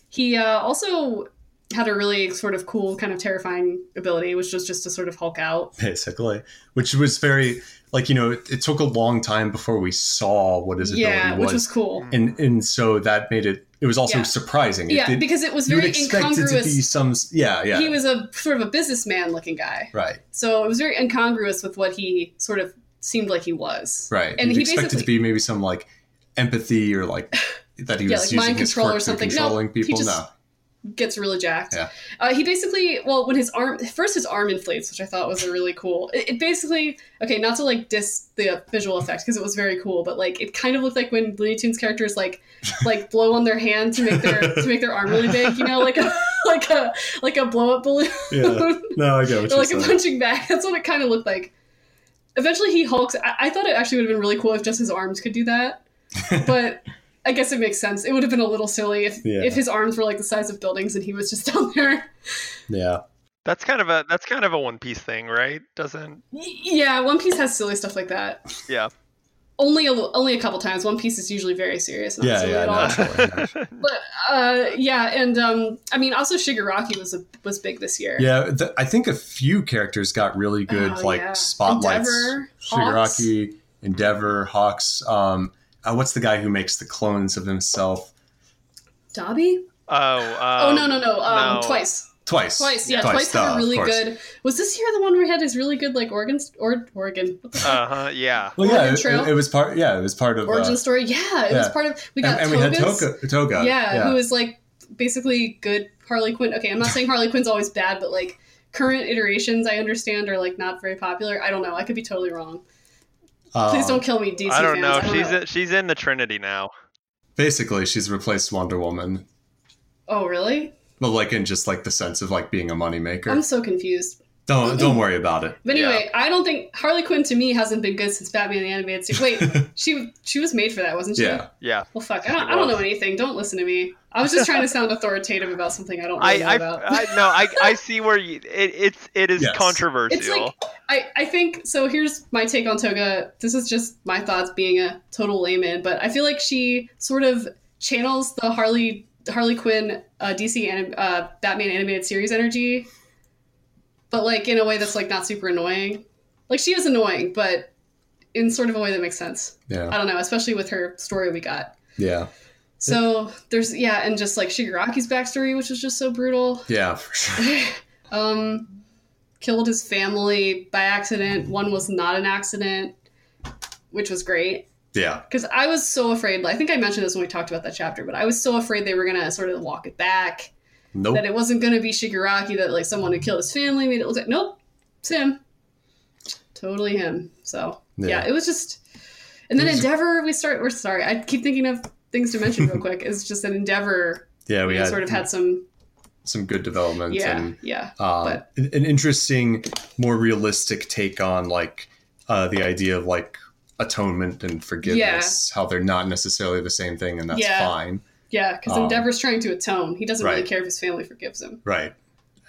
he uh, also had a really sort of cool kind of terrifying ability which was just to sort of hulk out
basically, which was very like you know it, it took a long time before we saw what his
yeah
ability
which
was,
was cool
and and so that made it it was also
Yeah.
surprising. It
yeah
did-
because it was
you would
very
expect it to
incongruous
be some yeah yeah
he was a sort of a businessman looking guy
right
So it was very incongruous with what he sort of seemed like he was.
right
And
You'd
he
expect it to
basically-
be maybe some like empathy or like that he
Yeah,
was
like mind
using his
control
quirk
or
to
something. No,
controlling
he
people
just-
no
Gets really jacked.
Yeah.
Uh, he basically, well, when his arm, first his arm inflates, which I thought was a really cool. It, it basically, okay, not to like diss the visual effect because it was very cool, but like it kind of looked like when Looney Tunes characters like like blow on their hand to make their to make their arm really big, you know, like a like a like a blow up balloon.
yeah no i get what you're
They're like a
saying
punching bag. That's what it kind of looked like. Eventually, he hulks. I, I thought it actually would have been really cool if just his arms could do that, but I guess it makes sense. It would have been a little silly if
Yeah.
if his arms were like the size of buildings and he was just down there.
yeah
That's kind of a that's kind of a One Piece thing, right? Doesn't
Y- Yeah, One Piece has silly stuff like that.
yeah.
Only a, li- only a couple times. One Piece is usually very serious. Not
yeah
silly
yeah
at
no,
all.
absolutely.
Uh, yeah, and um, I mean, also Shigaraki was a, was big this year.
yeah th- i think a few characters got really good
Oh,
like
yeah.
spotlights
Endeavor, Hawks.
shigaraki endeavor hawks um uh, what's the guy who makes the clones of himself
Dobby.
Oh.
oh
Um,
no no no. Um,
no.
Twice.
twice
Twice, yeah, twice,
duh,
had
of
a really
course.
good. Was this year the one where he had his really good like organ or Oregon what the fuck?
Uh huh. Yeah.
well yeah
Oregon
it,
Trail?
it was part yeah it was part of uh,
origin story? Yeah, it was
yeah.
part of we
and,
got
and we had
Toga's-
toga toga
Yeah, who was like basically good Harley Quinn. Okay, I'm not saying Harley Quinn's always bad, but like current iterations, I understand are like not very popular. I don't know. I could be totally wrong. Please
Uh,
don't kill me, DC
I don't
fans. Oh,
know.
I don't
she's
know.
In, she's in the Trinity now.
basically she's replaced Wonder Woman,
oh really?
but like in just like the sense of like being a moneymaker.
I'm so confused.
Don't don't worry about it.
But anyway, I don't think Harley Quinn to me hasn't been good since Batman the Animated Series. Wait, she she was made for that, wasn't she?
Yeah,
Yeah.
Well, fuck. I don't, I don't know anything. Don't listen to me. I was just trying to sound authoritative about something I don't really
I,
know
I,
about.
I no I, I see where you it, it's it is
Yes.
controversial.
it's like I, I think so. Here's my take on Toga. This is just my thoughts, being a total layman, but I feel like she sort of channels the Harley Harley Quinn uh, DC anim, uh, Batman animated series energy, but like in a way that's like not super annoying. Like she is annoying, but in sort of a way that makes sense.
yeah,
I don't know, especially with her story we got.
yeah,
So there's yeah, and just like Shigaraki's backstory, which is just so brutal.
yeah, for sure.
um, killed his family by accident. One was not an accident, which was great
Yeah,
because I was so afraid. I think I mentioned this when we talked about that chapter, but I was so afraid they were gonna sort of walk it back.
nope.
That it wasn't gonna be Shigaraki. That like someone who killed his family made it look like nope, it's him. Totally him. So yeah,
Yeah.
it was just. And then
It was-
Endeavor, we start. We're sorry. I keep thinking of things to mention real quick. It's just an
Oh,
Endeavor
yeah, we
we
had,
sort of had some
some good developments
yeah
and
yeah
um,
but-
an an interesting, more realistic take on like uh, the idea of like atonement and forgiveness. How they're not necessarily the same thing, and that's
Yeah.
fine,
yeah because
um,
endeavor's trying to atone he doesn't really
right.
care if his family forgives him
right?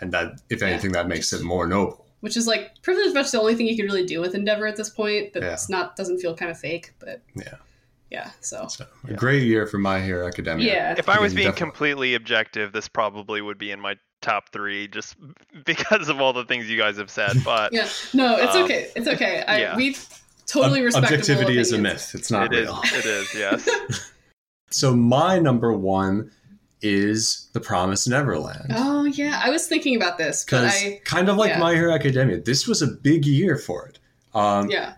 And that, if
Yeah.
anything, that makes it more noble.
which is like pretty much the only thing you can really do with endeavor at this point
Yeah.
that's not doesn't feel kind of fake but
Yeah.
yeah so
So, a great year for My Hero Academia.
yeah
if I was
Yeah,
being
definitely.
completely objective, this probably would be in my top three, just because of all the things you guys have said. But
yeah no it's
Um,
okay it's okay I,
yeah.
we Totally
Ob-
respectable.
objectivity is a
opinions.
myth. It's not
It is.
real.
It is. Yes.
So my number one is The Promise Neverland.
Oh yeah, I was thinking about this, but
Because
I
kind of like
yeah.
My Hero Academia, this was a big year for it. Um,
yeah.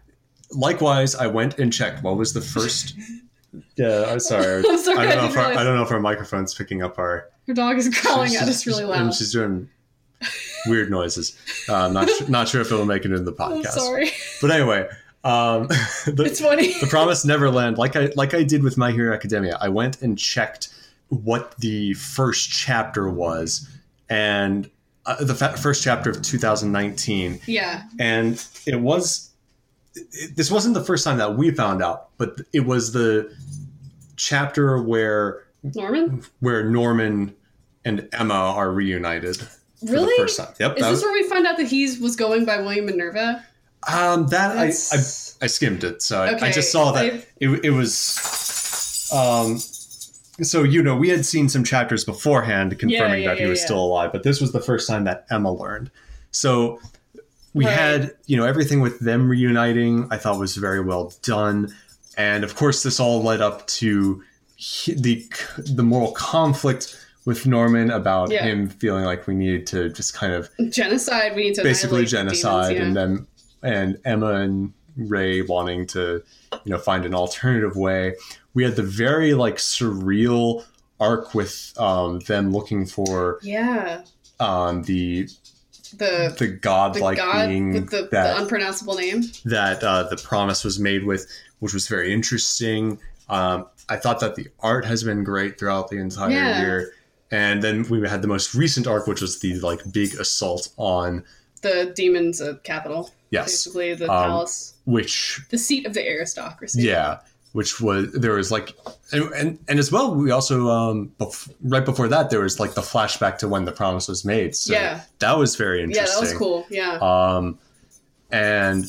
Likewise, I went and checked what was the first. yeah, I'm sorry.
I'm sorry,
I
I
don't know
didn't
if our,
realize.
I don't know if our microphone's picking up our
Your dog is growling
she's-
at us really
and
loud.
she's doing weird noises. Uh, I'm not su- not sure if it'll make it into the
I'm
podcast.
sorry.
But anyway, um, the,
It's funny.
the Promised Neverland, like I like I did with My Hero Academia, I went and checked what the first chapter was, and uh, the fa- first chapter of 2019,
Yeah.
and it was. It, this wasn't the first time that we found out, but it was the chapter where
Norman?
where Norman and Emma are reunited for
Really?
the first time. Yep,
Is
that,
this
was-
where we find out that he's was going by William Minerva?
um, that I, I
That's-
I skimmed it, so I, I
Okay,
just saw that
I-
it, it was. Um, so you know, we had seen some chapters beforehand confirming
yeah,
that he
yeah,
was
yeah.
still alive, but this was the first time that Emma learned. So we
Right.
had you know everything with them reuniting. I thought was very well done, and of course, this all led up to he- the the moral conflict with Norman about
Yeah.
him feeling like we needed to just kind of
genocide. We need to
basically
annihilate
genocide
demons, yeah.
and then and Emma and Ray wanting to you know find an alternative way. We had the very like surreal arc with um, them looking for
yeah
um, the
the
the
the
godlike
god
being
with the, the
that
unpronounceable name.
that uh, the promise was made with, which was very interesting. Um, I thought that the art has been great throughout the entire
Yeah.
year. And then we had the most recent arc, which was the like big assault on
The demons of capital,
yes,
basically the
Um,
palace,
which
the seat of the aristocracy.
Yeah, which was there was like, and and, and as well, we also um bef- right before that there was like the flashback to when the promise was made. So
Yeah.
that was very
yeah,
interesting.
that was cool. Yeah,
Um, and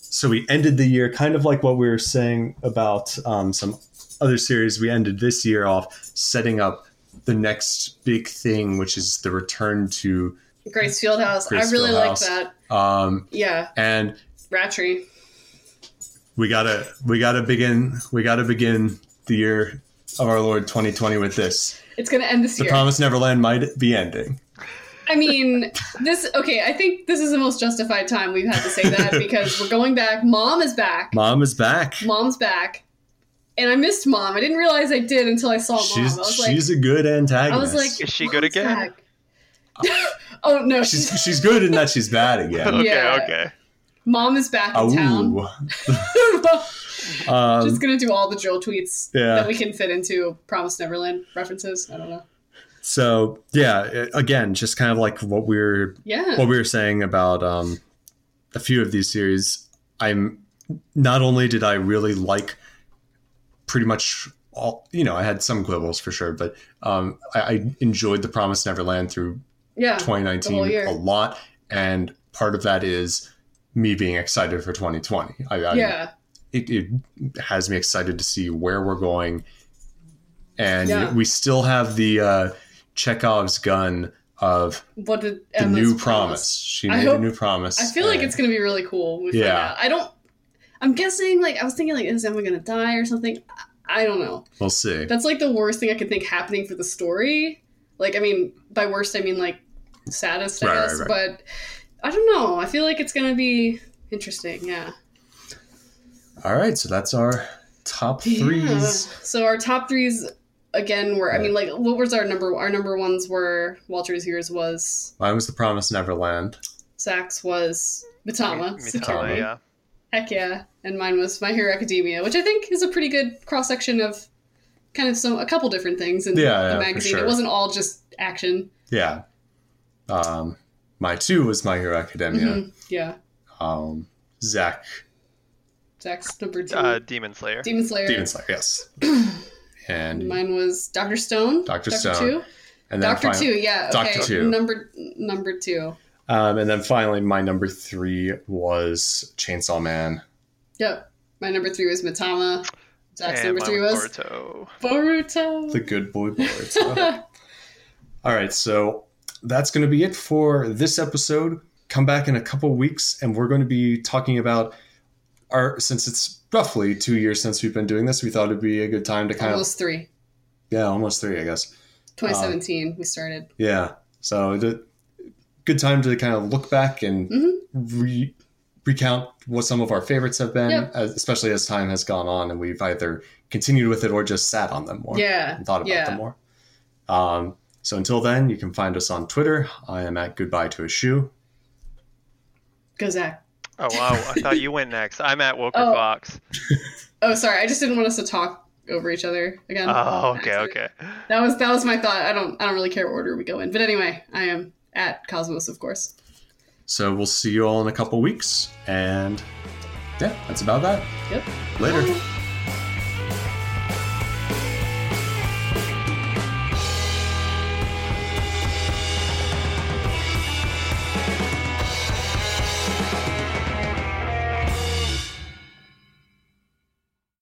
so we ended the year kind of like what we were saying about um, some other series. We ended this year off setting up the next big thing, which is the return to
Grace Fieldhouse.
Grace
I really like
Fieldhouse.
that.
um
Yeah,
and
Rattray.
we gotta we gotta begin we gotta begin the year of our Lord 2020 with this.
It's gonna end this
The
year.
Promised Neverland might be ending.
I mean, this. Okay, I think this is the most justified time we've had to say that because we're going back. Mom is back.
Mom is back.
Mom's back. And I missed mom. I didn't realize I did until I saw
She's
mom. I was like,
she's a good
I
antagonist.
was like,
Is she good
"Mom's
again?"
back. oh no, she's,
she's she's good in that she's bad again.
okay.
Yeah.
Okay.
mom is back in town.
Ooh. Um,
Just gonna do all the drill tweets
Yeah.
that we can fit into Promise Neverland references. I don't know.
so yeah, it- again, just kind of like what we are
Yeah,
what we were saying about um, a few of these series. I'm not only did I really like pretty much all you know, I had some quibbles for sure, but um, I, I enjoyed The Promise Neverland through
yeah, Ah, the whole
2019
year.
a lot and part of that is me being excited for 2020 i, I
yeah.
it, it has me excited to see where we're going and
Yeah.
we still have the uh chekhov's gun of
What did
the
Emma's
new promise. she
I
made a
hope-
new promise
I feel like
and-
it's gonna be really cool. when We find
Yeah.
out. I don't. I'm guessing. Like I was thinking, like is Emma gonna die or something? I- I don't know.
we'll see
That's like the worst thing I could think happening for the story. Like, I mean, by worst, I mean like saddest, I
Right, right,
guess.
right.
But I don't know. I feel like it's gonna be interesting. Yeah.
all right so that's our top
Yeah.
threes
So our top threes again were. I mean, like, what was our number? Our number ones were Walter's Years was
mine was the promise neverland
Sax was Matama.
Mi-
So-
Mitama, yeah.
Heck yeah. And mine was My Hero Academia, which I think is a pretty good cross section of kind of some a couple different things in
Yeah, yeah,
the
for
magazine.
sure.
It wasn't all just action.
yeah um my two was my hero academia
Mhm. Yeah.
um zach
Zach's number two.
Uh, Demon Slayer.
Demon Slayer.
Demon Slayer, yes. and
Mine was Doctor Stone.
Dr. Stone.
Two.
and then
Doctor
fin-
Two. Yeah.
Dr.
Okay.
Two.
Number number two.
Um, and then finally, my number three was Chainsaw Man.
Yep. My number three was Matama. Zach's
and
number
mine
three
was
was
Boruto.
Boruto.
The good boy Boruto. All right, so that's going to be it for this episode. Come back in a couple weeks, and we're going to be talking about our since it's roughly two years since we've been doing this, we thought it'd be a good time to kind
Almost three.
of yeah, almost three, I guess.
2017, we started.
Yeah, so the good time to kind of look back and
Mhm.
re- recount what some of our favorites have been,
Yep.
as, especially as time has gone on and we've either continued with it or just sat on them more
Yeah.
and thought about
yeah.
them more. Um, so until then, you can find us on Twitter. I am at goodbye to a shoe.
Go Zach.
Oh wow, I thought you went next. I'm at Wilker
Oh.
Fox.
Oh, sorry. I just didn't want us to talk over each other again.
Oh, okay,
Accident.
okay.
That was that was my thought. I don't I don't really care what order we go in. But anyway, I am at Cosmos, of course.
So we'll see you all in a couple weeks, and yeah, that's about that.
Yep.
Later.
Bye.